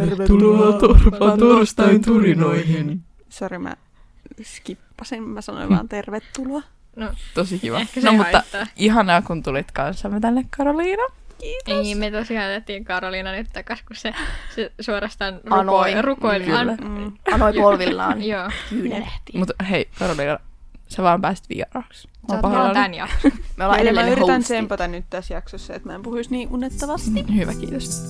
Tervetuloa Torpa torstain turinoihin. Sori, mä skippasin. Mä sanoin vaan tervetuloa. Tosi kiva. Ehkä se No ei mutta haittaa. ihanaa kun tulit kanssamme tänne Karoliina. Ei, Niin, me tosiaan otettiin Karoliina nyt takas, kun se, se suorastaan Anoi. rukoili. rukoili. Kyllä. Mm. Anoi polvillaan Joo, kyynelehtiin. Mutta hei Karoliina, sä vaan pääsit vieraaksi. Mä sä oon oot vaan pahoillani. tän jakson. Me Niin, ollaan Eli mä edelleen yritän hostit. tsempata nyt tässä jaksossa, että mä en puhuisi niin unettavasti. Mm, Hyvä, kiitos.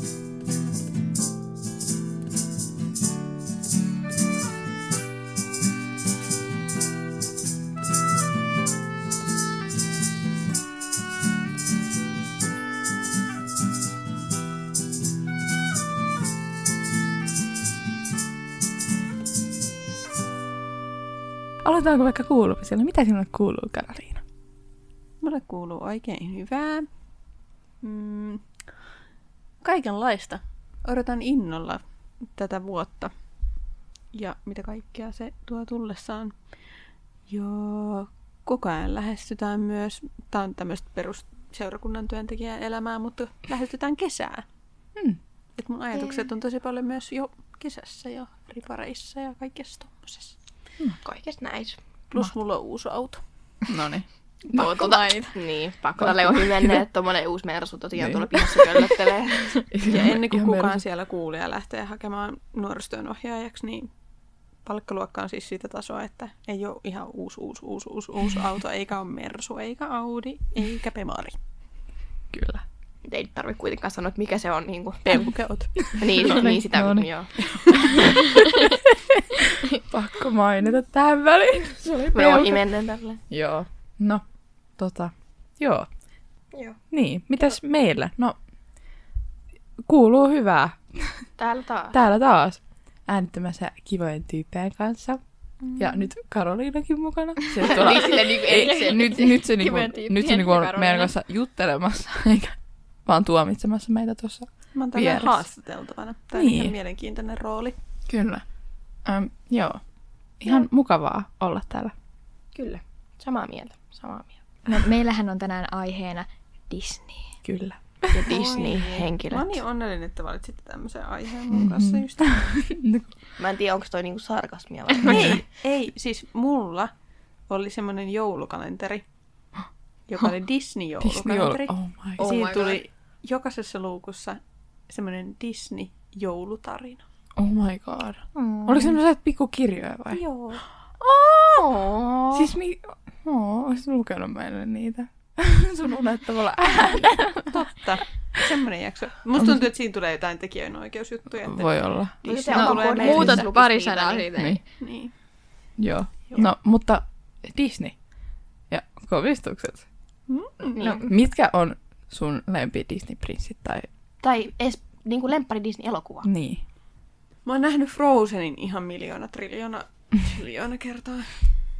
Aloitetaanko vaikka kuulumisella? Mitä sinulle kuuluu, Karoliina? Mulle kuuluu oikein hyvää. Mm. Kaikenlaista. Odotan innolla tätä vuotta. Ja mitä kaikkea se tuo tullessaan. Joo, koko ajan lähestytään myös, tämä on tämmöistä perus seurakunnan työntekijän elämää, mutta lähestytään kesää. Hmm. Et mun ajatukset on tosi paljon myös jo kesässä ja ripareissa ja kaikessa tommosessa. Kaikesta näissä. Plus mulla on uusi auto. No niin. Pakko mainita. Niin, pakko tälle on hyvenne, että tommonen uusi mersu tosiaan Niin. tuolla pihassa köllöttelee. Ja ennen kuin kukaan siellä kuulija lähtee hakemaan nuorisotyön ohjaajaksi, niin palkkaluokka on siis sitä tasoa, että ei ole ihan uusi, uusi, uusi, uusi, uusi auto, eikä ole Mersu, eikä Audi, eikä Pemari. Kyllä. Mut Ei nyt tarvi kuitenkaan sanoa, että mikä se on niinku Peuke oot. Niin, No niin, niin sitä, no niin. joo. Pakko mainita tähän väliin. Se oli Mä oon pelkä. imennen tälle. Joo. No, tota. Joo. Joo. Niin, mitäs meillä? No, kuuluu hyvää. Täällä taas. Täällä taas äänittämässä kivojen tyyppien kanssa. Ja nyt Karoliinakin mukana. Se on tuolla- Niin silleen niinku ei, erikseen. nyt, nyt se, niinku, Kivojen tyyppien nyt se niinku on ja Karoliina. meidän kanssa juttelemassa, eikä vaan tuomitsemassa meitä tuossa. Mä oon täällä Vieressä. haastateltavana. Tämä on Niin. ihan mielenkiintoinen rooli. Kyllä. Äm, joo. Ihan mukavaa olla täällä. Kyllä. Samaa mieltä. Samaa mieltä. No, meillähän on tänään aiheena Disney. Kyllä. Ja Disney-henkilöt. Mä oon niin onnellinen, että valitsitte tämmöisen aiheen mun kanssa just. Mä en tiedä, onko toi niinku sarkasmia vai Niin. Ei, ei, siis mulla oli semmoinen joulukalenteri, joka oli Disney on... Disney-joulukalenteri. Oh my god. Ja Oh siinä my tuli jokaisessa luukussa semmoinen Disney-joulutarina. Oh my god. Oliko se sellaiset pikkukirjoja vai? Joo. Oh. Siis mi... Oh, olisit lukenut meille niitä. Sun unet tavallaan ääneen. Totta. Semmoinen jakso. Musta tuntuu, että siinä tulee jotain tekijänoikeusjuttuja. Että Voi olla. Se Disney on No, tulee koko meille. muuta- muutat lukisi pari niitä, sanaa niin- siitä. Niin. Niin. Joo. No, mutta Disney ja kovistukset. Niin. No, Mitkä on sun lempi Disney-prinssit tai... Tai edes niinku lemppari Disney-elokuva. Niin. Mä oon nähnyt Frozenin ihan miljoona, triljoona, triljoona kertaa.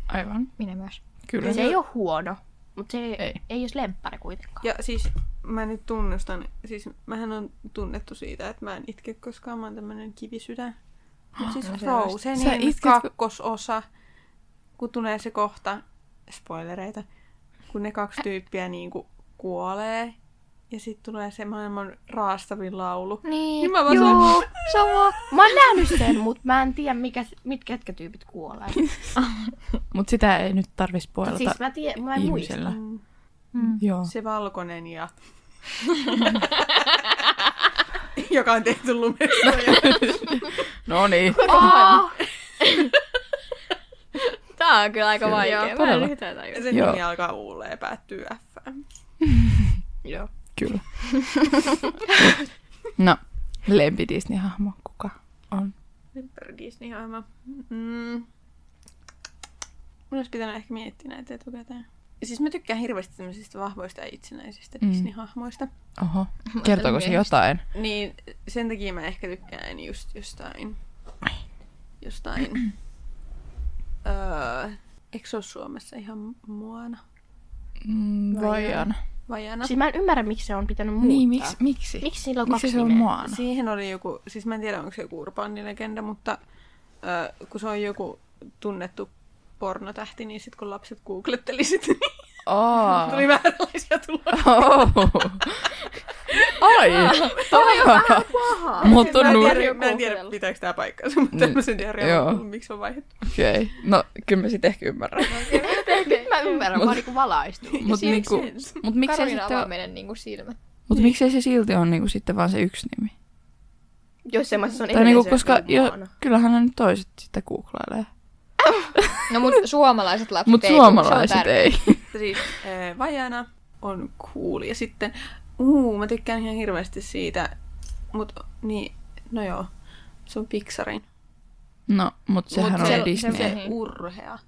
Aivan. Minä myös. Kyllä. Se ei ole huono, mutta se Ei. ei, ei olisi lemppari kuitenkaan. Ja siis mä nyt tunnustan, siis mähän on tunnettu siitä, että mä en itke koskaan, mä oon tämmönen kivisydän. Mut siis No se Ah, Sä Frozenin itket, kun- kakkososa, kun tulee se kohta, spoilereita, kun ne kaksi tyyppiä niinku kuolee, ja sitten tulee se maailman raastavin laulu. Niin, Niin mä vaan joo, sama. Mä oon nähnyt sen, mutta mä en tiedä, mikä, mit, ketkä tyypit kuolee. Niin. Mutta sitä ei nyt tarvi spoilata Siis mä, tie, mä en muista. ihmisellä. Mm, Joo. Se valkoinen ja... joka on tehty lumesta. Ja... No niin. Oh, Tää on kyllä aika Kyllä. vaikea. Mä en Todella. yhtään Ja tajua. sen Joo. nimi alkaa uuleen ja päättyy F. Joo. Kyllä. no, lempi Disney-hahmo kuka on? Lempäri Disney-hahmo. Mm. Mun olisi pitänyt ehkä miettiä näitä etukäteen. Siis mä tykkään hirveästi tämmöisistä vahvoista ja itsenäisistä Mm. mm. Disney-hahmoista. Oho. Kertooko se jotain? Niin sen takia mä ehkä tykkään just jostain... Jostain... öö, eikö se ole Suomessa ihan muana? Mm, Vaiana. Vajana? Siis mä en ymmärrä, miksi se on pitänyt muuttaa. Niin, miksi? Miksi, Miksi sillä on miksi kaksi se on nimeä? Moana? Siihen oli joku, siis mä en tiedä onko se joku urbaanilegenda, mutta ö, kun se on joku tunnettu pornotähti, niin sitten kun lapset googletteli sitä, niin Aa. Tuli vääränlaisia tuloksia. Oh. Ai. Paha. Mut on mä, en nuori. tiedä, mä en tiedä, pitääkö tämä paikkansa, mutta tämmöisen diarrean joo. on tullut. Miksi se on vaihdettu? Okei. Okay. No, kyllä mä sitten ehkä ymmärrän. Nyt mä ymmärrän, mä oon niinku valaistu. Mut, niinku, mut miksei, Karolina sitten, avaa ole- meidän niinku silmät. mut miksei se silti on niinku sitten vaan se yksi nimi? Jos semmoisessa on Tai niinku, edelleen koska se jo, mukana. kyllähän ne nyt toiset sitä googlailee. No mut suomalaiset lapset Mut ei. se on suomalaiset tärkeä. ei. Siis ää, vajana on cool. Ja sitten, uu, mä tykkään ihan hirveästi siitä. Mut, niin, no joo, se on Pixarin. No, mut sehän Mut on se- Disney. Se se- Niin. urhea.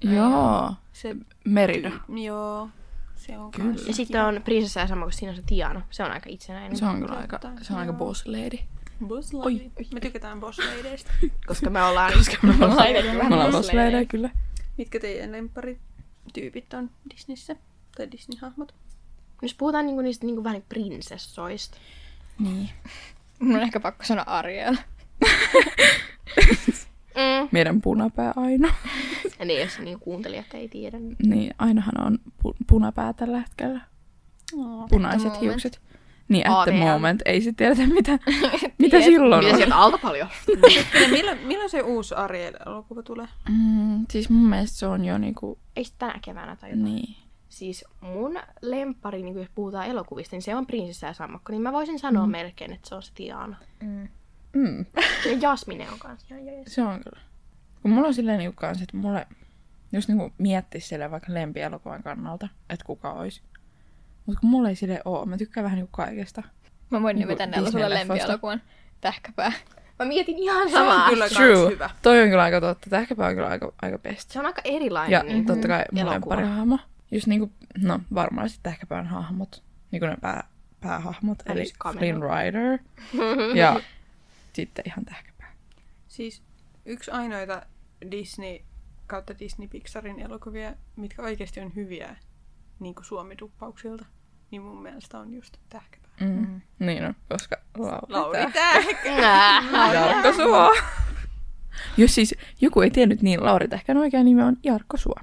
Joo. Se, Merida. joo, se on Kyllä. kans Ja sitten on prinsessa ja sama kuin siinä on se Tiana. Se on aika itsenäinen. Se on kyllä aika, se on aika boss lady. Boss lady. Me tykätään boss ladyista. Koska me ollaan... Me ollaan, Lady, me vähän ollaan boss boss lady, lady. kyllä. Mitkä teidän lempparityypit on Disneyssä? Tai Disney-hahmot? Jos puhutaan niinku niistä niinku vähän niinku prinsessoista. Niin. Mun on ehkä pakko sanoa Ariel. Mm. Meidän punapää aina. Ja niin, jos niinku kuuntelijat ei tiedä. niin- Niin, ainahan on pu- punapää tällä hetkellä. Oh. Punaiset moment. hiukset. Niin, at the ATM. moment. Ei se tiedetä, mitä, mitä silloin Mitä on. sieltä alta paljon? milloin, milloin se uusi Ariel-elokuva tulee? Mm, siis mun mielestä se on jo niinku, Ei sit tänä keväänä tai jotain. niin. Siis mun lempari, niin kun jos puhutaan elokuvista, niin se on prinsessa ja sammakko. Niin mä voisin sanoa mm. melkein, että se on se Tiana. Mm. Ja Jasmine on kanssa ihan jees. Se on kyllä. Kun mulla on silleen niinku kans, että mulle, jos niinku miettis silleen vaikka lempielokuvan kannalta, että kuka olisi. Mutta kun mulla ei silleen oo, mä tykkään vähän niinku kaikesta. Mä voin Niinku nimetä näillä sulle Disney-leffoista. lempielokuvan. Tähkäpää. Mä mietin ihan Se on samaa. kyllä True. kans hyvä. Toi on kyllä aika totta. Tähkäpä on kyllä aika, aika best. Se on aika erilainen Ja niin totta kai mun elokuva. lempparihahmo. Just niinku, no varmaan sitten tähkäpään hahmot. Niinku ne pää, päähahmot, eli just kamera. Flynn Rider. ja sitten ihan tähkäpää. Siis yksi ainoita Disney kautta Disney Pixarin elokuvia, mitkä oikeasti on hyviä niin kuin suomiduppauksilta, niin mun mielestä on just Tähkäpää. Mm. Mm. Niin on, koska Lauri, Lauri Tähkäpää. Tähkä! Nää. Jarkko Suo. Jos siis joku ei tiennyt, niin Lauri Tähkän oikea nimi on Jarkko Suo.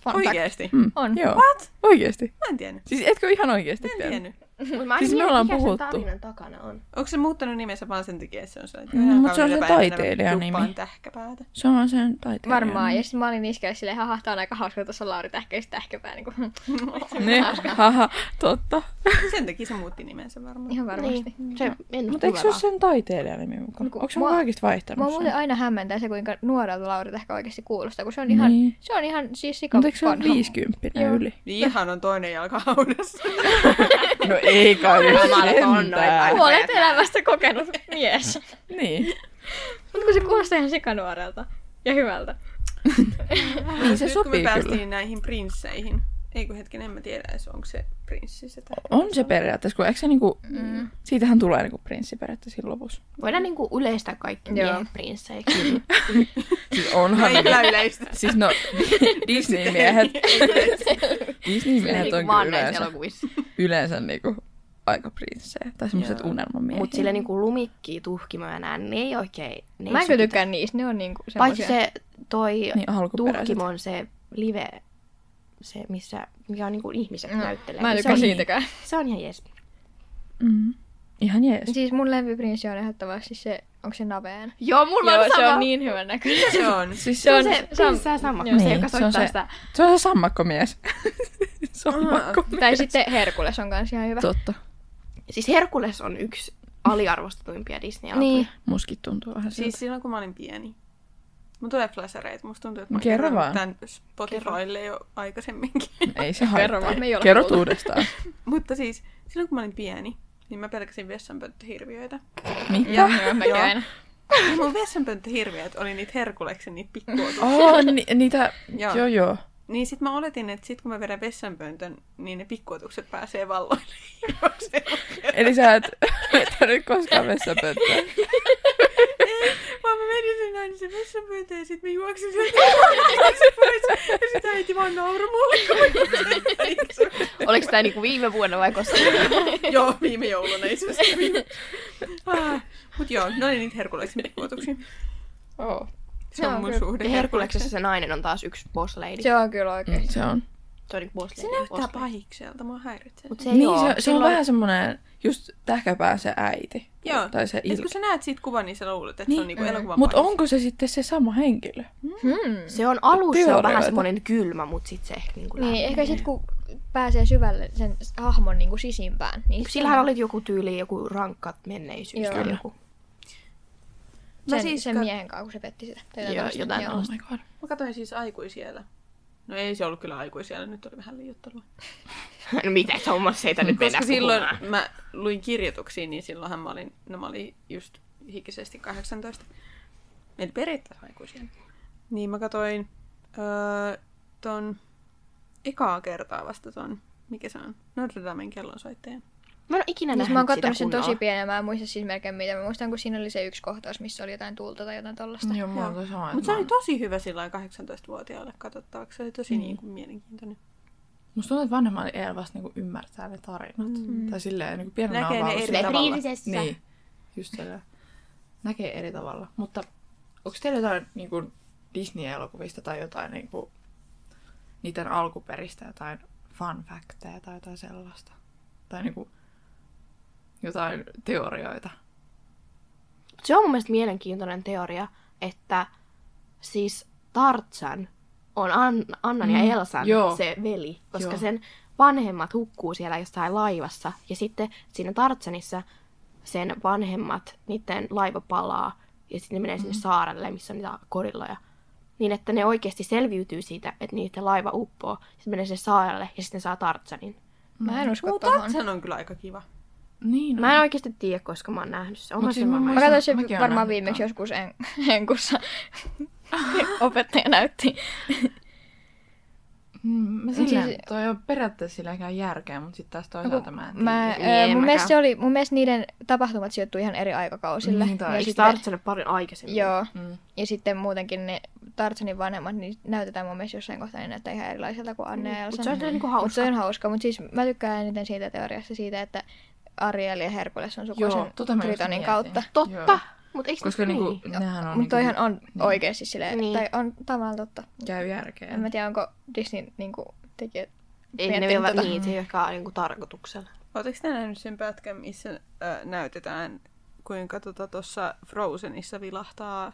Fun fact. Oikeesti. Mm. On. Joo. What? Oikeesti. Mä en tiennyt. Siis etkö ihan oikeesti Mä en tiennyt. Mut mä aina Siis me mietin, ollaan mikä sen puhuttu. tarinan takana on. Onko se muuttanut nimensä vaan sen takia, että se on sellainen, Mm, että mut se on se taiteilijan nimi. Duppaan tähkäpäätä. Se on sen taiteilija. Varmaan. Ja sitten mä olin niskellä silleen, haha, tää on aika hauska, että tuossa on Lauri Tähkäis Tähkäpää. Niin kuin, Ne, haha, totta. Sen takia se muutti nimensä varmaan. ihan varmasti. Niin, se mennä Mutta eikö se ole sen taiteilijan nimi mukaan? No kun Onko se mua- mukaan oikeesti Mua vaihtanut sen? muuten aina hämmentää se, kuinka nuorelta Lauri Tähkä oikeasti kuulostaa, kun se on ihan, Niin. se on ihan siis sika Mutta eikö se ole vanha. viisikymppinen Joo. yli? Ihan on toinen jalka haudassa. No ei kai nyt sentään. Puolet elämästä kokenut mies. Niin. Mutta kun se kuulostaa ihan sikanuorelta ja hyvältä. Niin se Nyt kun me sopii päästiin kyllä. näihin prinsseihin. Ei kun hetken, en mä tiedä edes, onko se prinssi se tähkä. On se periaatteessa, kun eikö se niinku, siitähän tulee niinku prinssi periaatteessa siinä lopussa. Voidaan niinku yleistää kaikki Joo. miehet prinsseiksi. Siis No onhan ei kyllä yleistä. Siis no, Disney-miehet, Disney-miehet on niinku kyllä vaan näissä yleensä, elokuvissa. yleensä niinku aika prinssejä. Tai semmoiset Joo. unelmamiehet. Mut sille niinku lumikki, tuhkimo ja nää, ne ei oikein... Ne ei Mä en kyllä sytytä. tykkään niistä, ne on niinku Paitsi semmosia. se toi Niin alkuperäiset. tuhkimon se live, se missä, mikä on niinku ihmiset No, näyttelee. Mä en niin tykkää se on, siitäkään. Se on ihan jees. Mm. Ihan jees. Siis mun lempiprinssi on ehdottomasti se, onko se Naveen? Joo, mulla Joo, se on niin hyvän näköinen. Se on. Siis Se on se prinssi ja sammakko, Joo. se Niin, joka se on soittaa se- sitä. Se on se sammakkomies. Ah, sammakkomies. Tai sitten Herkules on kans ihan hyvä. Totta. Siis Herkules on yksi aliarvostetuimpia Disney-elokuvia. Niin. Muskin tuntuu vähän Siis siltä. silloin kun mä olin pieni. Mun tulee flasareita. Musta tuntuu, että mä oon Kerro kertonut vaan. tämän Spotifylle jo aikaisemminkin. Ei se Kerro haittaa. vaan, me ei olla Kerrot kuultu. uudestaan. Mutta siis silloin kun mä olin pieni, niin mä pelkäsin vessanpönttöhirviöitä. Mitä? Joo, mäkin Joo. aina. Ja mun vessanpönttöhirviöt oli niitä herkuleksen niitä pikkuotuksia. Oh, ni- niitä... Joo. Joo, joo. Niin sit mä oletin, että sit kun mä vedän vessanpöntön, niin ne pikkuotukset pääsee valloille. Juoksemaan. Eli sä et vetänyt koskaan vessapönttöä. Vaan mä menin sen näin sen vessanpöntön ja sit mä juoksin sieltä juoksin pois. Ja sit äiti vaan nauroi mulle, kun mä juoksin. Oliko tämä niinku viime vuonna vai koska? Joo, viime jouluna itse asiassa. Viime- Ah, Mut joo, no niin niitä herkuleksen pikkuotuksia. Oh. Se on Joo, mun kyllä. suhde Herkuleksessa se nainen on taas yksi boss lady. Se on kyllä oikeesti. Se on. Se on niinku Bosley. Se näyttää pahikselta, mua häiritsee. Mut Mut, se ei niin, oo. se, se on Silloin- vähän semmoinen, just tähkäpään se äiti. Joo. Tai se Et il... kun sä näet siitä kuvan, niin sä luulet, että se Niin. on niinku Mm. elokuvan Mutta pahis. onko se sitten se sama henkilö? Hmm. Se on alussa se on Teorioita. vähän semmoinen kylmä, mutta sitten se ehkä niinku Niin, lämpenee. ehkä sitten kun pääsee syvälle sen hahmon niin kuin sisimpään. Niin Sillähän oli joku tyyli, joku rankkat menneisyys Joo. tai joku. sen, Mä siis sen kat- miehen kanssa, kun se petti sitä. Tai Joo, tällaista. jotain Joo. on. Oh my god. Mä katsoin siis aikuisiellä. No ei se ollut kyllä aikuisiellä, nyt oli vähän liiottelua. No mitä Thomas ei tänne mennä Koska silloin puhumaan. mä luin kirjoituksia, niin silloinhan mä olin, no mä olin just hikisesti 18. Eli periaatteessa aikuisia. Niin mä katsoin öö, ton ekaa kertaa vasta ton, mikä se on, Notre Damen kellonsoittajan. Mä en ole ikinä Niin, Siis nähnyt mä oon sitä kattonut sen tosi kunnolla. pienen ja mä en muista siis melkein mitä. Mä muistan, kun siinä oli se yksi kohtaus, missä oli jotain tulta tai jotain tollasta. Joo, mulla on Joo. toi sama. Mutta että se mä oli oon- tosi hyvä sillä 18-vuotiaalle katsottavaksi. Se oli tosi Mm. mm. niin kuin mielenkiintoinen. Musta tuntuu, että vanhemmalla iällä vasta niinku ymmärtää ne tarinat. Mm. Tai silleen, niin pienenä Näkee on ne vaan eri silleen- tavalla. Niin, just sillä. Näkee eri tavalla. Mutta onko teillä jotain niin kuin Disney-elokuvista tai jotain niin kuin, niiden alkuperistä jotain fun factteja tai jotain sellaista? Tai niin kuin, jotain teorioita? Se on mun mielestä mielenkiintoinen teoria, että siis Tartsan on An- Annan ja Mm, Elsan joo. se veli, koska Joo. sen vanhemmat hukkuu siellä jossain laivassa. Ja sitten siinä Tartsanissa sen vanhemmat, niiden laiva palaa ja sitten ne menee Mm. sinne saarelle, missä on niitä korilloja. Niin, että ne oikeasti selviytyy siitä, että niiden laiva uppoo. Sitten menee sinne saarelle ja sitten ne saa Tartsanin. Mä en usko Mutta tohon. Tatsan on kyllä aika kiva. Niin. Mä en oikeasti tiedä, koska mä oon nähnyt sen. Oon Mut mä siis sen mun varmaan Mä katsoin sen Mäkin oon varmaan nähnyt viimeksi ton. joskus en, enkussa. Opettaja näytti. Mm, mä silleen, siis- toi on periaatteessa silleen käy järkeä, mutta sitten taas toisaalta mä en Mä, Niin, ää, en mun, mielestä mäkään. se oli, mun mielestä niiden tapahtumat sijoittui ihan eri aikakausille. Niin, tai ja, eikö Eikö sitten, Tartsanille paljon aikaisemmin? joo, Mm. ja sitten muutenkin ne Tartsanin vanhemmat niin näytetään mun mielestä jossain kohtaa, niin näyttää ihan erilaiselta kuin Anne ja Mutta Elsa. Niin, se on silleen niinku Mutta hauska. se on hauska, mutta siis mä tykkään eniten siitä teoriasta siitä, että Ariel ja Herkules on Joo, sukuisen tota mä just Tritonin mietin. kautta. Joo. Totta, mutta eikö Koska se niinku, niin? nehän on Mutta niinku, toihan on oikeasti silleen, Niin. tai on tavallaan totta. käy järkeä. En mä tiedä, onko Disney niinku, tekijät Ei ne miettinyt vielä, tota. niin, se ei olekaan niinku tarkoituksella. Oletteko te nähnyt sen pätkän, missä ö, näytetään, kuinka tuossa tota, Frozenissa vilahtaa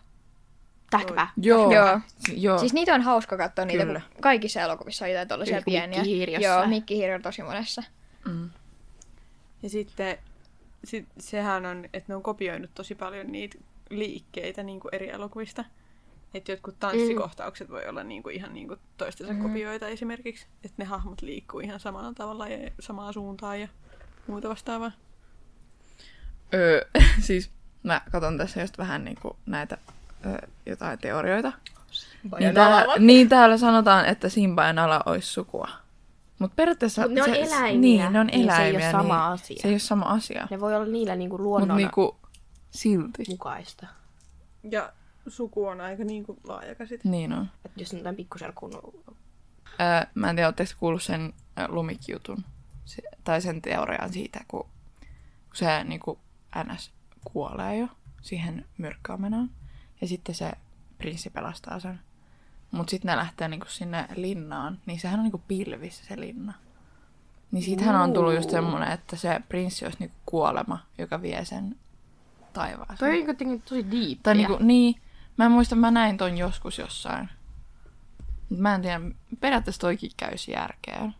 Tähkäpää. Joo. Joo. Si- Joo. Siis niitä on hauska katsoa niitä, Kyllä. kun kaikissa elokuvissa on jotain tollaisia Kyllä, kun pieniä. mikkihiiri Joo, jossain. mikkihiiri on tosi monessa. mm. Ja sitten sit, sehän on, että ne on kopioinut tosi paljon niitä liikkeitä niin kuin eri elokuvista. Että jotkut tanssikohtaukset voi olla niin kuin, ihan niin kuin toistensa Mm. kopioita esimerkiksi. Että ne hahmot liikkuu ihan samalla tavalla ja samaan suuntaan ja muuta vastaavaa. Öö, siis mä katson tässä just vähän niinku näitä öö, jotain teorioita. Niin täällä, niin täällä sanotaan, että Simba ja Nala olisi sukua. Mutta periaatteessa... Mut ne on se- eläimiä. Niin, ne on Niin se ei oo eläimiä. sama niin, asia. Se ei ole sama asia. Ne voi olla niillä niinku Mutta luonnon niinku... niinku silti. mukaista. Ja suku on aika niin kuin, laaja käsite. Niin on. Et jos on jotain pikkuserkun... Öö, mä en tiedä, ootteko kuullut sen ö, lumikjutun. Se, tai sen teorian siitä, kun, kun se niinku NS kuolee jo siihen myrkkäämenään. Ja sitten se prinssi pelastaa sen. Mut sitten ne lähtee niinku sinne linnaan. Niin sehän on niinku pilvissä se linna. Niin siitähän on tullut just semmonen, että se prinssi olisi niinku kuolema, joka vie sen taivaaseen. Toi on niinku jotenkin tosi deep. Tai niinku, niin, mä en muista, mä näin ton joskus jossain. Mut mä en tiedä, periaatteessa toikin käyisi järkeä. Mut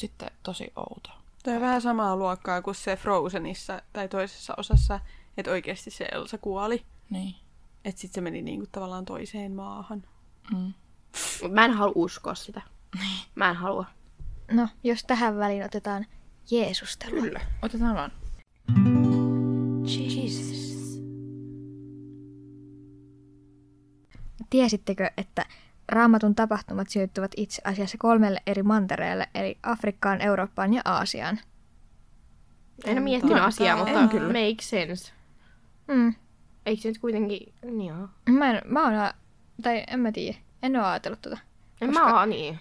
Sitten tosi outo. Toi on vähän samaa luokkaa kuin se Frozenissa tai toisessa osassa, että oikeasti se Elsa kuoli. Niin. Että sitten se meni niinku tavallaan toiseen maahan. Mm. Mut mä en halua uskoa sitä. Mä en halua. No, jos tähän väliin otetaan Jeesustelua. Kyllä. Otetaan vaan. Jesus. Tiesittekö, että Raamatun tapahtumat sijoittuvat itse asiassa kolmelle eri mantereelle, eli Afrikkaan, Eurooppaan ja Aasiaan? En miettinyt Totta. asiaa, mutta En kyllä. make sense. Mm. Eikö se nyt kuitenkin... Niin joo. Mä, en, mä oon, a- tai en mä tiedä, en oo ajatellut tota. En Koska... mä oo niin.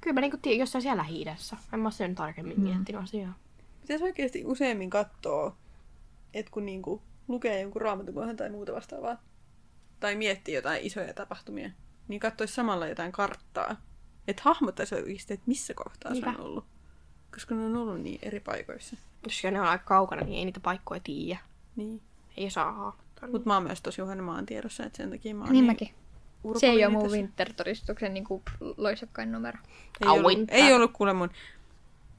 Kyllä mä niinku tiedän jossain siellä lähi En mä oo sen tarkemmin miettinyt asiaa. Pitäisi oikeasti useammin katsoa, että kun niinku lukee jonkun raamatukohan tai muuta vastaavaa, tai miettii jotain isoja tapahtumia, niin katsoisi samalla jotain karttaa Että hahmottaisi oikeasti, että missä kohtaa Niinpä. se Niinpä. on ollut. Koska ne on ollut niin eri paikoissa. Koska ne on aika kaukana, niin ei niitä paikkoja tiedä. Niin. Ei osaa hahmottaa. Mutta mä oon myös tosi huono maantiedossa, että sen takia mä oon Niin mäkin. Se ei ole urpollinen mun tässä. Winter-todistuksen niin kuin, loisakkain numero. Ei ollut, Auinta. ei ollut kuule mun...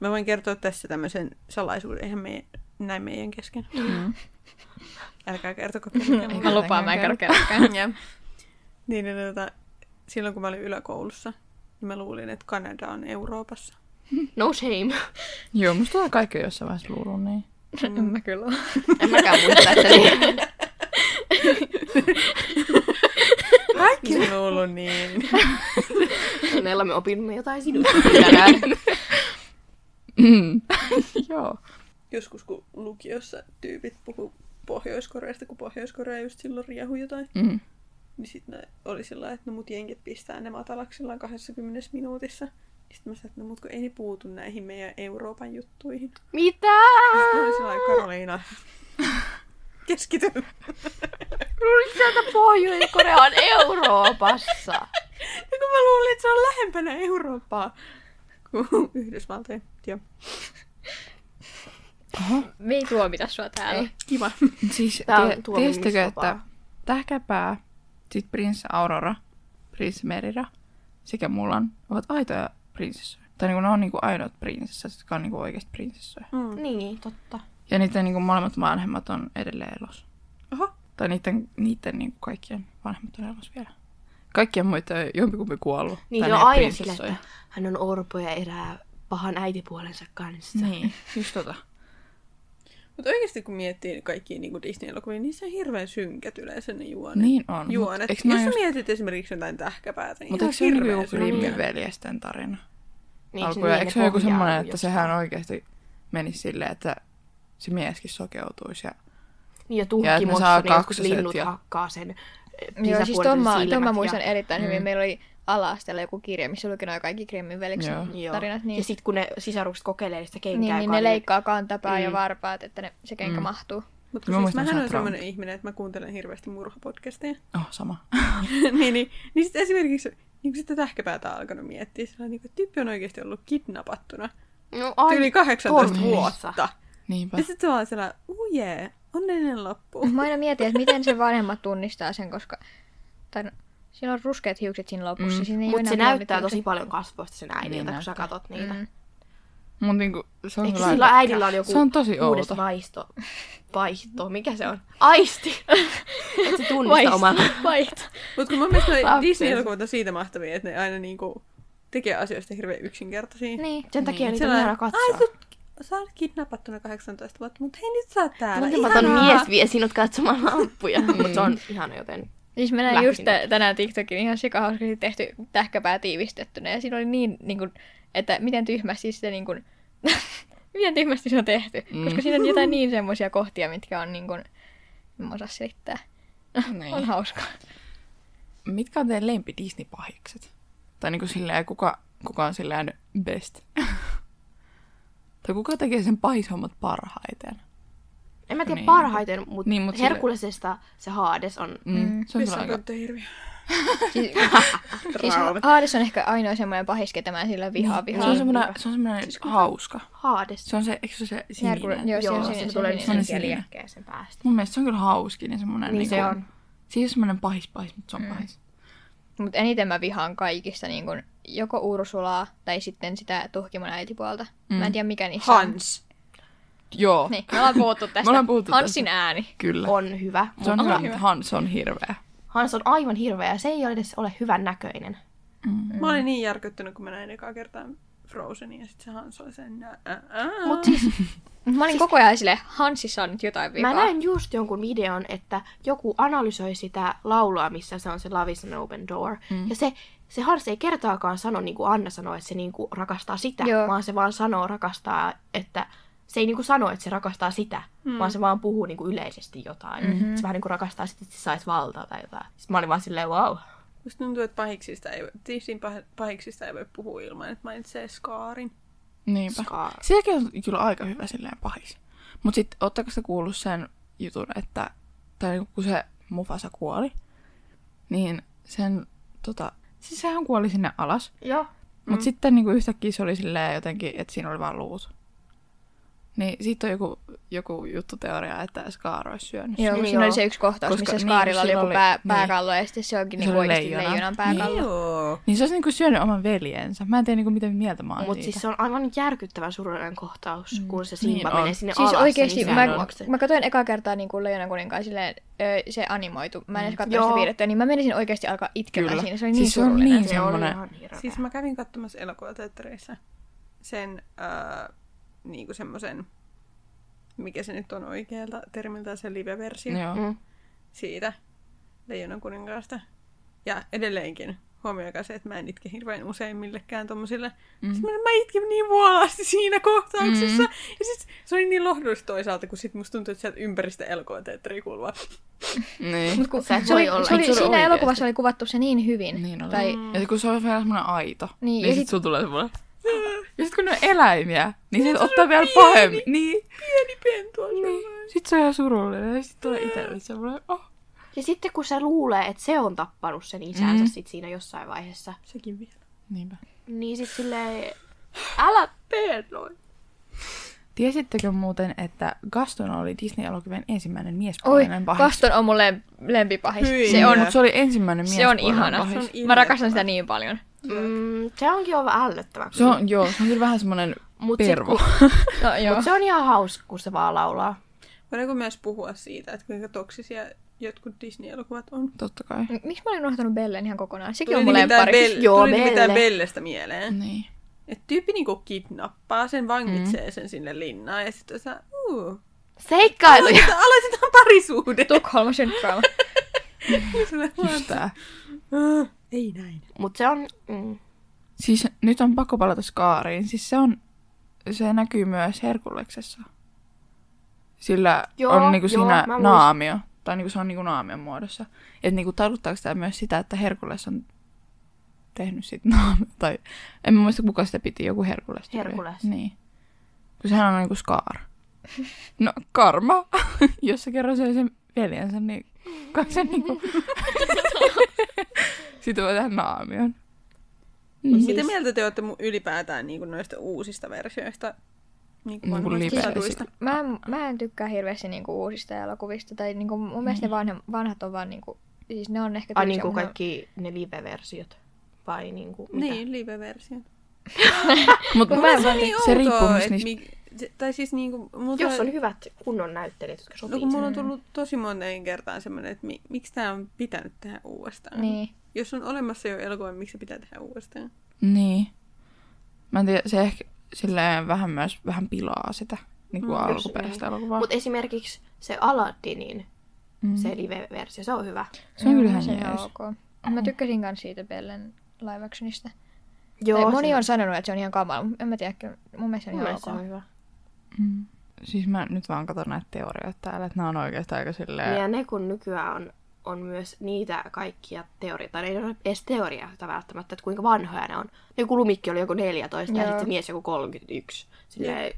Mä voin kertoa tässä tämmöisen salaisuuden, eihän me, näin meidän kesken. Mm. Älkää kertoko kenellekään. Ei Mä lupaan, mä en käy kerran. Jep. niin, niin tota, silloin kun mä olin yläkoulussa, niin mä luulin, että Kanada on Euroopassa. No shame. Joo, musta on kaikki jossain vaiheessa luullut niin. En mä kyllä ole. En mäkään muista, että niin. Kaikki on ollut niin. Nella me opimme jotain sinusta tänään. Mm. Joo. Joskus kun lukiossa tyypit puhuu Pohjois-Koreasta, kun Pohjois-Korea just silloin riehui jotain, Mm. niin sitten oli sillä lailla, että no mut jenkit pistää ne matalaksillaan 20 minuutissa. Sitten mä sanoin, että no mut kun ei ne puutu näihin meidän Euroopan juttuihin. Mitä? Sitten oli sillä lailla, Karoliina, keskity. Luulit sä, että Pohjois-Korea on Euroopassa? Ja kun mä luulin, että se on lähempänä Eurooppaa kuin Yhdysvaltoja. Joo. Me ei tuo mitä sua täällä. Ei. Kiva. Siis Tää on tie- tuominnistavaa. tiesittekö, että tähkäpää, sit prinssi Aurora, prinssi Merira sekä Mulan ovat aitoja prinsessoja. Tai niinku ne on niinku ainoat prinsessat, jotka on niinku oikeasti prinsessoja. Mm. Niin, totta. Ja niiden niinku molemmat vanhemmat on edelleen elossa. Oho. Tai niiden, niiden niinku kaikkien vanhemmat on elossa vielä. Kaikkien muita ei jompikumpi kuollut. Niin Tai se on ne ei aina sillä, prinsessoja. että hän on orpo ja erää pahan äitipuolensa kanssa. Niin, just tota. Mutta oikeasti kun miettii kaikkia niin Disney-elokuvia, niin se on hirveän synkät yleensä ne juonet. Niin on. Juonet. Eikö Jos ne sä just, mietit esimerkiksi jotain tähkäpäätä, niin mutta ihan eikö se ole hirveän niinku synkkä. Grimmin-veljesten tarina? Niin, alkuun. Ja niin, eikö ne se ole joku pohjaa semmoinen, että jostain. sehän oikeasti menisi silleen, että se mieskin sokeutuisi. Ja... Niin, ja Ja että ne saa tuhkimossa ne jotkut kaksoset linnut ja- hakkaa sen eh, Niin Joo, siis tuon mä, tuon mä muistan ja... e- erittäin hyvin. Meillä oli ala-asteella joku kirja, missä luki noin kaikki Grimmin veliksen Joo. Joo. tarinat. Niin, Ja sitten kun ne sisarukset kokeilee sitä kenkää, niin, niin joka ne on- leikkaa kantapää ja Mm. varpaat, että ne, se kenkä Mm. mahtuu. Mutta Mä kun siis muistan mähän sen on Trump. semmoinen ihminen, että mä kuuntelen hirveästi murhapodcasteja. Oh, sama. niin, niin, niin sitten esimerkiksi niin kun sitä tähkäpäätä on alkanut miettiä, sillä niin kuin, tyyppi on oikeasti ollut kidnappattuna. No, Yli 18 tornissa. vuotta. Niinpä. Ja sitten se vaan siellä, "Oh ujee, onnellinen loppu. Mhm. Mä aina mietin, että miten se vanhemmat tunnistaa sen, koska tai no, sillä on ruskeat hiukset siinä lopussa. Mm. Mm. Siinä ei oo Mutta se enää näyttää blondit tosi paljon kasvoista sen Niin äidiltä, kun sä näyttää. katot hiukset. niitä. Mm. Mut niinku, se on Eikö sellainen- sillä äidillä on joku Se on tosi kuudes outo. vaisto, vaihto, mikä se on? Aisti! Että se tunnistaa oman... Vaihto. Mutta kun mun mielestä noi Lapsensa. Disney-elokuvat on siitä mahtavia, että ne aina niinku tekee asioista hirveän yksinkertaisia. Niin. Sen takia niitä on Sellainen, ihana Ai, katsoa. sut, sä olet kidnappattuna 18 vuotta, mutta hei nyt sä oot täällä. Tuntematon Ihanaa. mies vie sinut katsomaan lamppuja. Mutta se on ihana, joten... Siis mä näin Lähdin just tä- tänään TikTokin ihan sikahauskasti tehty tähkäpää tiivistettynä. Ja siinä oli niin, niin kuin, että miten tyhmästi se niin kuin, miten tyhmästi se on tehty. Mm. Koska siinä on jotain niin semmoisia kohtia, mitkä on niin kuin, en mä osaa selittää. Niin. On hauskaa. Mitkä on teidän lempi Disney-pahikset? Tai niinku silleen, kuka, kuka on silleen best? tai kuka tekee sen pahishommat parhaiten? En mä tiedä Niin. parhaiten, mutta Niin, niin, mut mut sille- Herkulesesta se Haades on... Mm. Mm. Se on Missä kyllä on aika... kanttu hirviö? Siis, siis Raavat. Hades on ehkä ainoa semmoinen pahis, ketä mä sillä Niin. vihaa Se vihaa. on semmoinen, se on semmoinen hauska. Haades. Se on se, eikö se se sininen? Herkule- joo, Joo, on se, sininen, se tulee se on sininen. sinisiä liekkejä sen päästä. Mun mielestä se on kyllä hauskin ja semmoinen... Niin niinku, se on. Se ei ole semmoinen pahis pahis, mutta se Mm. on pahis. Mutta eniten mä vihaan kaikista niin kun, joko Ursulaa tai sitten sitä tuhkimon äitipuolta. Mm. Mä en tiedä mikä niissä on. Hans. Joo. Niin, me ollaan puhuttu tästä. ollaan puhuttu Hansin ääni. Kyllä. On hyvä. Se on mut- hyvä, hyvä. mutta Hans on hirveä. Hans on aivan hirveä ja se ei ole edes ole hyvän näköinen. Mä Mm. olin niin järkyttynyt, kun mä näin ekaa kertaa Frozenia ja sit se Hans oli sen... nä- ä- ä- Mut siis Mä olin koko ajan silleen, Hansissa on nyt jotain vikaa. Mä näin just jonkun videon, että joku analysoi sitä laulua, missä se on se Love is an open door. Mm. Ja se, se Hans ei kertaakaan sano, niin kuin Anna sanoi, että se niin kuin rakastaa sitä, Joo. Joo. vaan se vaan sanoo rakastaa, että se ei niin kuin sano, että se rakastaa sitä, mm. vaan se vaan puhuu niin kuin yleisesti jotain. Mm-hmm. Se vähän niin kuin rakastaa sitä, että se saisi valtaa tai jotain. Sitten mä olin vaan silleen, wow. Musta tuntuu, että pahiksista ei, Disneyn pah- pahiksista ei voi puhua ilman, että mainitsee Skaarin. Niinpä. Scar. Sielläkin on kyllä aika hyvä silleen pahis. Mut sit, ootteko sä kuullut sen jutun, että tai niinku, kun se Mufasa kuoli, niin sen tota, siis sehän kuoli sinne alas. Joo. Mutta sitten niinku yhtäkkiä se oli silleen jotenkin, että siinä oli vaan luut. Niin siitä on joku, joku juttuteoria, että Skaar olisi syönyt Joo, sen. kun Niin siinä oli joo. se yksi kohtaus, Koska- missä niin, Skaarilla oli sillä joku oli- pää, niin. pääkallo ja sitten se onkin Se niin oli oikeasti leijona. leijonan pääkallo. Joo. Niin se olisi niinku syönyt oman veljensä. Mä en tiedä niinku miten mieltä mä oon Mutta siitä. siis se on aivan järkyttävän surullinen kohtaus, mm. kun se Niin Simba on. niin menee sinne Siis alas. oikeesti, sen mä, isän luokse. mä katsoin ekaa kertaa niin kuin Leijonan kuninkaan silleen, ö, se animoitu. Mä en edes katsonut Joo. sitä piirrettyä, niin mä menisin oikeasti alkaa itkemään Mm. Kyllä. siinä. Se oli niin Siis se on surullinen. niin se on semmonen- ihan hirveä. Siis mä kävin katsomassa elokuvateattereissa sen äh, niinku semmoisen, mikä se nyt on oikealta termiltä, se live-versio Joo. Mm. siitä Leijonan kuninkaasta. Ja edelleenkin huomioikaa se, että mä en itke hirveän usein millekään tommosille. Mm. Siis mä, mä itkin niin vuolaasti siinä kohtauksessa. Mm. Ja sit se oli niin lohdullista toisaalta, kun sit musta tuntuu, että sieltä ympäristä elokuvateatteriin kuuluvaa. Niin. Mut kun Sä et se oli, voi olla se oli, itse siinä oikeasti. elokuvassa oli kuvattu se niin hyvin. Niin oli. Tai, Ja sit kun se on vielä semmoinen aito, niin, ja niin sit, sit- sun tulee semmoinen... Ja sit kun ne on eläimiä, niin sit ottaa vielä pahemmin. Niin. Pieni pentu on niin. Sit se on ihan surullinen. Ja sit tulee itselle semmoinen... Oh. Ja sitten kun se luulee, että se on tappanut sen isänsä Mm. sit siinä jossain vaiheessa, Sekin vielä. Niinpä. niin sit silleen, älä tee noin. Tiesittekö muuten, että Gaston oli Disney-elokuvien ensimmäinen oi, miespuolinen pahis? Gaston on mun lem- lempipahis. Hyi. Se Joo, on, mutta se oli ensimmäinen se on miespuolinen ihana. pahis. Se on Mä rakastan ihana. sitä niin paljon. Mm, se onkin jo vähän ällöttävä. Se on, joo, se on kyllä vähän semmoinen Mut sit pervo. No joo. Mut se on ihan hauska, kun se vaan laulaa. Voidaanko myös puhua siitä, että kuinka toksisia jotkut Disney-elokuvat on? Totta kai. M- Miksi mä olin unohtanut Bellen ihan kokonaan? Sekin Tuli on mun nimittäin, lemppari. Bell- Joo, tuli nimittäin Belle. Bellestä mieleen. Niin. Että tyyppi niinku kidnappaa sen, vangitsee mm. sen sinne linnaan ja sitten sä, uu, Seikkailuja! aloitetaan, aloitetaan parisuhde. Tukholma syndrooma. Just tää. Ei näin. Mut se on... Mm, Siis nyt on pakko palata Skaariin. Siis se on, se näkyy myös Herkuleksessa. Sillä Joo, joo, on niinku joo, siinä mä muistan. naamio. Tai niinku se on niinku naamion muodossa. Et niinku taduttaako tämä myös sitä, että Herkules on tehnyt sit naamio. Tai en mä muista kuka sitä piti, joku Herkules. tyyli. Herkules. Niin. Kun sehän on niinku Skaar. No karma. Jos se kerran söi sen veljensä, niin kai se niinku... Sitten voi tehdä naamion. Niin. Siis... Mitä mieltä te olette mu- ylipäätään niinku noista uusista versioista? Niinku Niinku vanhoista live- saduista. Mä, en- mä en tykkää hirveästi niinku uusista elokuvista. Tai niinku, mun mielestä ne vanha, vanhat on vaan niinku... Siis ne on ehkä ai tylsiä, niinku mut ne on- kaikki ne live-versiot. Vai niinku mitä? Niin, live-versio. Mutta Mut mä en Se on niin se riippuu, outoa, mistä että niistä... mi... se- Tai siis niinku... Mulla Jos on hyvät kunnon näyttelijät, jotka No sopii kun mulla no, on tullut tosi moneen kertaan semmoinen, että mi- miksi tämä on pitänyt tehdä uudestaan. Niin. Jos on olemassa jo elokuva, miksi se pitää tehdä uudestaan? Niin. Mä en tiedä, se ehkä silleen vähän myös vähän pilaa sitä niin kuin Mm, mm, jos- alkuperäistä elokuvaa. Mutta esimerkiksi se Aladdinin, mm. se live-versio, se on hyvä. se on Joo, kyllähän se on jees. ok. Mä tykkäsin kans siitä Bellen live actionista. Joo, tai moni se- on sanonut, että se on ihan kamala, mutta en mä tiedä, kyllä mun mielestä se on mun ihan mielestä se on ok. hyvä. Mm. Siis mä nyt vaan katson näitä teorioita täällä, että nämä on oikeastaan aika silleen... Niin Ja ne kun nykyään on, on myös niitä kaikkia teorioita, tai ei ole edes teorioita välttämättä, että kuinka vanhoja ne on. Joku lumikki oli joku 14 ja Joo. sitten se mies joku 31. Silleen,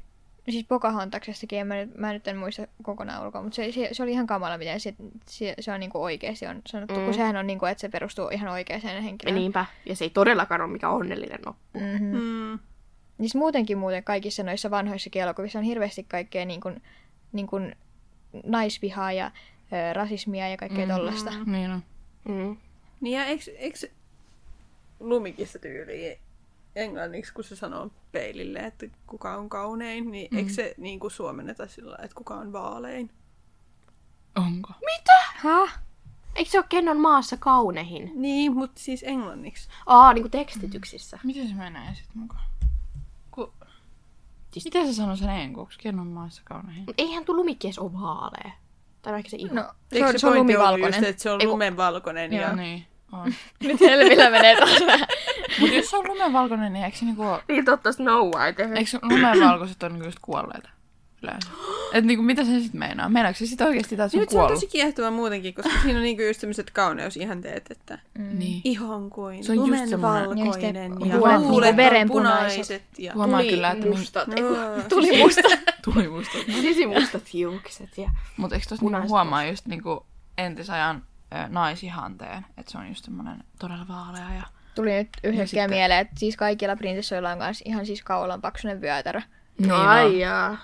Siis Pocahontaksestakin, en mä nyt, mä nyt en muista kokonaan ulkoa, mutta se, se, se oli ihan kamala, miten se, se, se on niinku oikeasti on sanottu, mm. Mm. kun sehän on niinku, että se perustuu ihan oikeaan henkilöön. Niin. niinpä. Ja se ei todellakaan ole mikään onnellinen loppu. Mm-hmm. Mm. Siis muutenkin muuten kaikissa noissa vanhoissa elokuvissa on hirveästi kaikkea niinku, niinku naisvihaa ja ö, rasismia ja kaikkea mm. tollasta. Niin on. Mm. Niin ja eikö, eikö lumikissa tyyli englanniksi, kun se sanoo peilille, että kuka on kaunein, niin mm. eikö se niin kuin suomenneta sillä lailla, että kuka on vaalein? Onko? Häh? Eikö se ole kennon maassa kaunehin? Niin, mutta siis englanniksi. Aa, niin kuin tekstityksissä. Miten se menee sit mukaan? Ku... Miten se sanoo sen enkuksi? Ken on maassa kaunein? Mutta eihän tuo lumikki edes ole vaalea. Tai vaikka se ihan. No, se Eikö on, se on pointti ollut Just, lumivalkoinen. että se on Ei, kun- lumenvalkoinen ja... Joo. Niin, on. Nyt selvillä menee taas vähän. Mutta jos se on lumenvalkoinen, niin eikö se niinku... Niin totta Snow White. Eikö se lumenvalkoiset on niinku just kuolleita? Yleensä. Et niinku mitä se sit meinaa? Meinaako se sit oikeesti taas on Niin, Nyt se on kuollut? tosi kiehtova muutenkin, koska siinä on niinku just tämmöiset kauneusihanteet, että Niin. ihon kuin Se on just lumenvalkoinen semmoinen- ja Ja sitten huulet huulet niinku on verenpunaiset. punaiset. Ja... Huomaa kyllä, että min- mustat. Joo. Tuli musta. tuli musta. Sisimustat Siis hiukset ja... Mutta eikö tuossa Punaiset niinku huomaa just niinku entisajan ö, naisihanteen, että se on just semmoinen todella vaalea ja Tuli nyt yhtäkkiä sitten- mieleen, että siis kaikilla prinsessoilla on myös ihan siis kaulan paksunen vyötärö. Siis Niin No, on. ai jaa.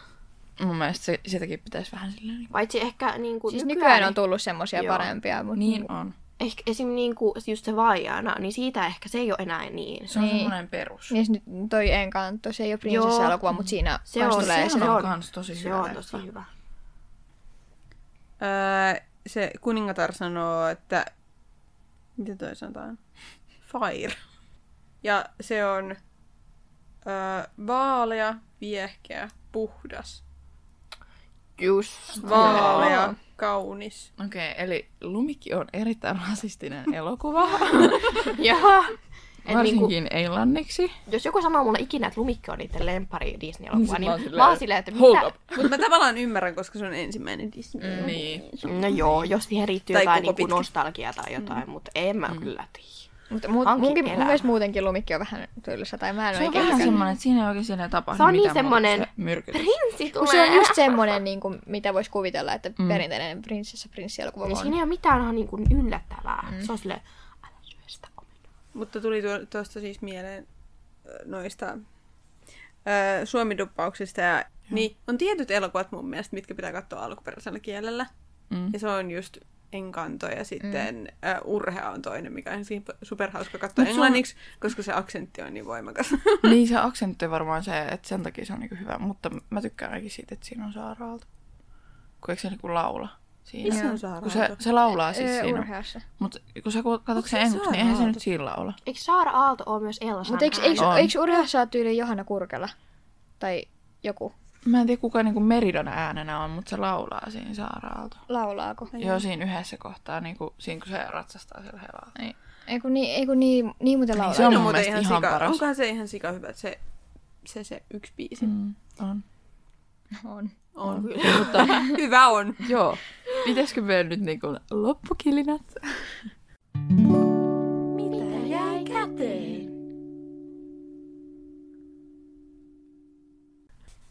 Mun mielestä se, sitäkin pitäisi vähän silleen... Niin, Paitsi ehkä niin kuin Siis nykyään on tullut semmoisia Joo. parempia, mutta niin. niin on. ehkä esim. Niin kuin just se vaijaana, niin siitä ehkä se ei ole enää niin. Se on Niin. semmoinen perus. Niin nyt toi Encanto, se ei ole Joo. prinsessa-elokuva, mutta siinä Se kans on- tulee sehän se. Se on on- kans tosi Se hyvä. on tosi hyvä. Öö, se kuningatar sanoo, että... Miten toi sanotaan? Fire. Ja se on öö, vaalea, viehkeä, puhdas. Just. Vaalea, kaunis. Okei, okay, eli Lumikki on erittäin rasistinen elokuva, Jaha. Et niinku, varsinkin englanniksi. jos joku sanoo mulle ikinä, että Lumikki on niiden lempari Disney-elokuva, Sit Mm, mä oon niin silleen, mä oon silleen, että Hold mitä? up. Mutta mä tavallaan ymmärrän, koska se on ensimmäinen Disney. Mm. Niin. No joo, jos siihen riittyy Tai jotain koko niinku pitkä. nostalgiaa tai jotain, mm. mutta en mä mm. kyllä tiedä. Mutta mu- Hankin munkin, mun elämä. mielestä muutenkin lumikki on vähän tylsä, tai mä en Se on oikein vähän tykännyt. semmoinen, että siinä ei oikein enää tapahdu No, Se on niin mitään muuta kuin semmonen- se myrkytys. Kun Prinssi tulee! se on just semmoinen, niin kuin, mitä voisi kuvitella, että mm. perinteinen prinsessa prinssi elokuva Niin on. siinä ei ole mitään ihan niinku yllättävää. Mm. Se on silleen, älä syö sitä omenaa. Mutta tuli tuo- tuosta siis mieleen ö, noista ö, suomiduppauksista. Ja, niin on tietyt elokuvat mun mielestä, mitkä pitää katsoa alkuperäisellä kielellä. Mm. Ja se on just Encanto ja sitten mm. Urhea on toinen, mikä on si- superhauska katsoa Mut se on- englanniksi, koska se aksentti on niin voimakas. Niin se aksentti on varmaan se, että sen takia se on niinku hyvä, mutta mä tykkään ainakin siitä, että siinä on Saaraalta. Kun eikö se niinku laula siinä? Missä on Kun Saara se, se laulaa siis Öö, siinä. Urheassa. Mutta kun sä katsot Onks se sen englanniksi, niin eihän se Saara-Aalto? nyt sillä olla. Eikö Saara Aalto ole myös Elsan Mutta eikö, eikö, On. eikö urheassa ole tyyli Johanna Kurkela? Tai joku Mä en tiedä kuka niinku Meridon äänenä on, mutta se laulaa siinä Saaraalta. laulaako? Joo, siinä yhdessä kohtaa, niinku, siinä kun se ratsastaa sillä hevalla. Ei. Ei kun niin, ei kun niin, niin muuten laulaa. se on No, mun muuten mielestä ihan sika, paras. Onkohan se ihan sika hyvä, että se, se, se yksi biisi mm. Mm, on. on. on. Mutta hyvä on. joo, pitäisikö meidän nyt niinku loppukilinat? Mitä jäi käteen?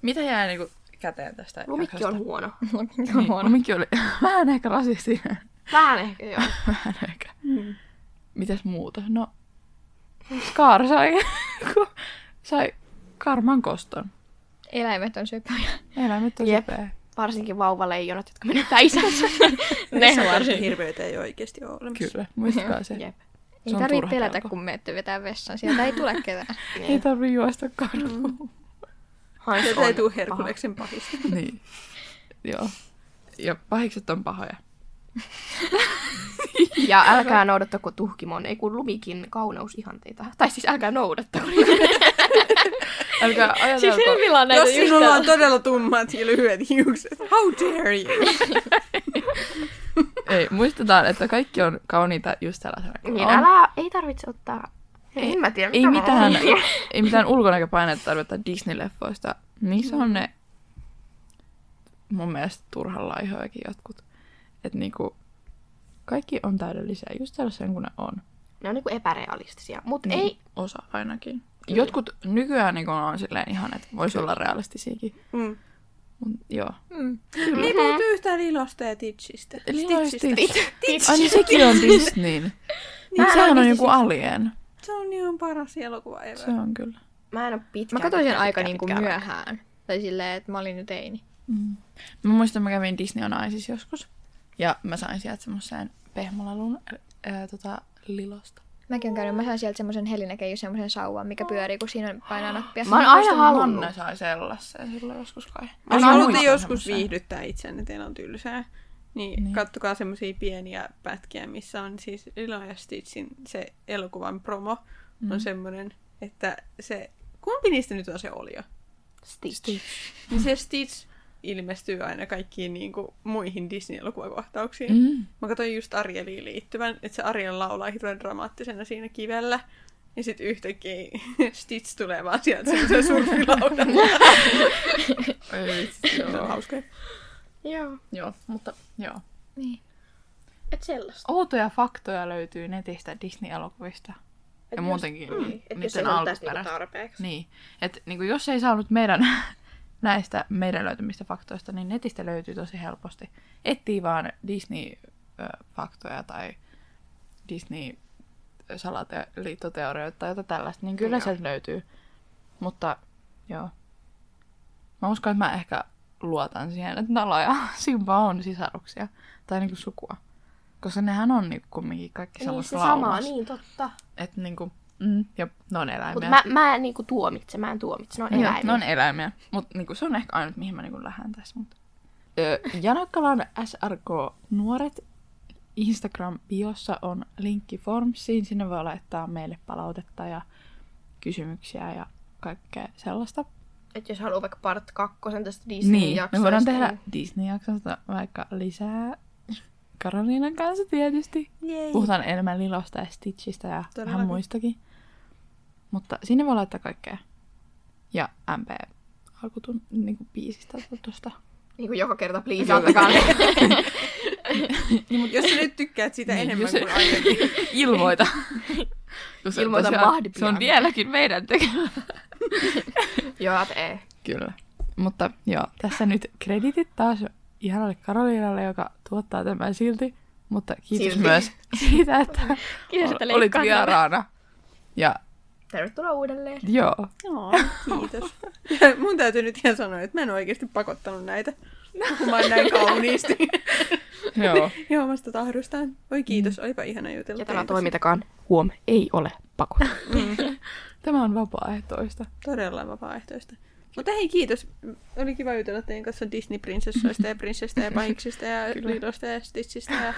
Mitä jää niinku käteen tästä Lumikki jaksosta? Niin. on huono. Lumikki on huono. Lumikki No oli vähän ehkä rasistinen. Vähän ehkä joo. Vähän ehkä. Mitäs muuta? No, Skaar sai, ku- sai karman koston. Eläimet on syöpäjä. Eläimet on Jep. söpöä. Varsinkin vauvaleijonat, jotka menettää isänsä. Ne Varsin varsinkin. hirveitä ei oikeasti ole olemassa. Kyllä, muistakaa se. Jep. Ei Se on tarvitse turha pelätä, pelko. kun menette vetää vessaan. Sieltä ei tule ketään. Ei tarvii juosta Mm. karkuun. Hans Sieltä ei on tule paha. Herkuleksen pahista. niin. Joo. Ja pahikset on pahoja. Ja älkää noudattako tuhkimon, ei kun lumikin kauneusihanteita. Tai siis älkää noudattako. Älkää Siis ajatelko... Helmillä on näitä no Jos just sinulla on tällaisia. todella tummat ja lyhyet hiukset, how dare you? Ei, muistetaan, että kaikki on kauniita just tällaisena. kuin Niin on. älä, ei tarvitse ottaa. Ei, en mä tiedä, ei mitä mä mitään, oon. ei mitään ulkonäköpainetta tarvita Disney-leffoista. Niissä on ne mun mielestä turhan laihojakin jotkut. Et niinku, kaikki on täydellisiä just sellaisen kuin ne on. Ne on niinku epärealistisia, mutta Niin, ei. Osa ainakin. Jotkut nykyään niinku on silleen ihan, että voisi olla realistisiakin. Mm. Mut joo. Mm. Mm-hmm. Ei puhuttu yhtään Lilosta ja Titchistä. Lilo Stitchistä. Stitch. Ai niin sekin on Disneyn. Mut Mä en sehän oo on joku alien. Se on ihan paras elokuva ever. Se on kyllä. Mä en ole pitkään. Mä katsoin sen pitkään, aika pitkään, niinku pitkään myöhään. Tai silleen, että mä olin jo teini. Mm. Mä muistan, mä kävin Disney on Iceissa joskus. Ja mä sain sieltä semmoisen pehmolelun ää, tota, lilosta. Mäkin on käynyt, mä sain sieltä semmoisen Helina Keiju semmoisen sauvan, mikä pyörii, kun siinä on painaa nappia. Mä oon aina halunnut. Manne sai sellaisen silloin joskus kai. Jos Mä haluatte muistan Mm. joskus semmosen. viihdyttää itsenne, teillä on tylsää, niin, Niin. niin. kattokaa semmoisia pieniä pätkiä, missä on siis Lilo ja Stitchin se elokuvan promo mm. on semmoinen, että se, kumpi niistä nyt on se olio? Stitch. Niin se Stitch ilmestyy aina kaikkiin niin kuin, muihin Disney-elokuvakohtauksiin. Mm. Mm. Mä katsoin just Arieliin liittyvän, että se Ariel laulaa hirveän dramaattisena siinä kivellä. Ja sitten yhtäkkiä Stitch tulee vaan sieltä semmoisen surfilaudalla. Ei vitsi, se on joo. hauska. Joo. joo, mutta joo. Niin. Et sellaista. Outoja faktoja löytyy netistä Disney-elokuvista. Ja muutenkin mm, niiden alkuperäistä. niinku tarpeeksi. Niin, että niin kuin jos ei saanut meidän näistä meidän löytymistä faktoista, niin netistä löytyy tosi helposti. Etsii vaan Disney-faktoja tai Disney salaliittoteorioita tai jotain tällaista, niin kyllä sieltä löytyy. Mutta joo. Mä uskon, että mä ehkä luotan siihen, että Nala ja Simba on sisaruksia. Tai niinku sukua. Koska nehän on niinku kumminkin kaikki Niin se samassa sama, laumassa. niin totta. Et niinku, mm, jop, ne on eläimiä. Mutta mä, mä en niinku tuomitse, mä en tuomitse, ne on Joo, no Niin, ne eläimiä. on eläimiä. Mutta niinku, se on ehkä ainut, mihin mä niinku lähden tässä. Mut. Ö, Janakkalan SRK Nuoret Instagram-biossa on linkki Formsiin. Sinne voi laittaa meille palautetta ja kysymyksiä ja kaikkea sellaista. Että jos haluaa vaikka part kakkosen tästä Niin, Disney-jaksosta. me voidaan niin- tehdä Disney-jaksosta vaikka lisää Karoliinan kanssa tietysti. Jei. Puhutaan enemmän Lilosta ja Stitchistä ja vähän Todellakin. muistakin. Mutta sinne voi laittaa kaikkea. Ja MP alkutun niin kuin biisistä tuosta. Niin kuin joka kerta, please, antakaa ne. Jos sä nyt tykkäät sitä Niin, enemmän jos- kuin aiemmin. Ilmoita. Kun se, Ilmoita tosiaan- Mahdi Se on pian. vieläkin meidän tekemä. Joo, tee. Kyllä. Mutta joo, tässä nyt kreditit taas ihanalle Karoliinalle, joka tuottaa tämän silti. Mutta kiitos Silti. myös siitä, että Kiitos, että ol- olit leikkaat nämä. vieraana. Ja Tervetuloa uudelleen. joo, Joo, kiitos. Mun täytyy nyt ihan sanoa, että mä en oikeasti pakottanut näitä puhumaan näin kauniisti. joo. Joo, omasta tahdostaan. Voi Mm. kiitos, olipa ihana jutella Ja tämä teidän toimintakaan, huom, ei ole pakko. Tämä on vapaaehtoista. kanssa. Todella vapaaehtoista. Mutta hei, kiitos. Oli kiva jutella teidän kanssa Disney-prinsessoista ja prinsessistä ja pahiksista ja Kyllä. Lilosta ja Stitchistä. Ja,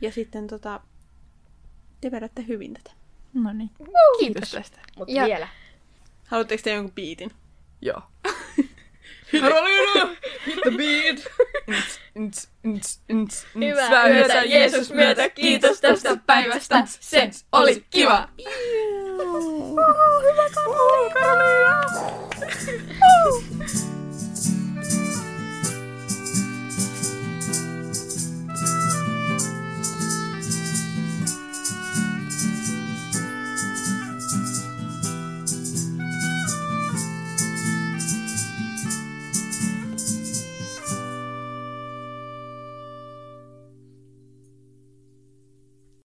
ja sitten tota, te vedätte hyvin tätä. No niin. Kiitos. tästä. Mutta Ja- vielä. Haluatteko te jonkun biitin? Joo. Karoliina! Hit the beat! Nts, nts, nts, nts, nts. Hyvää yötä, Jeesus myötä, kiitos tästä päivästä, se oli kiva. Hyvä Karoliina!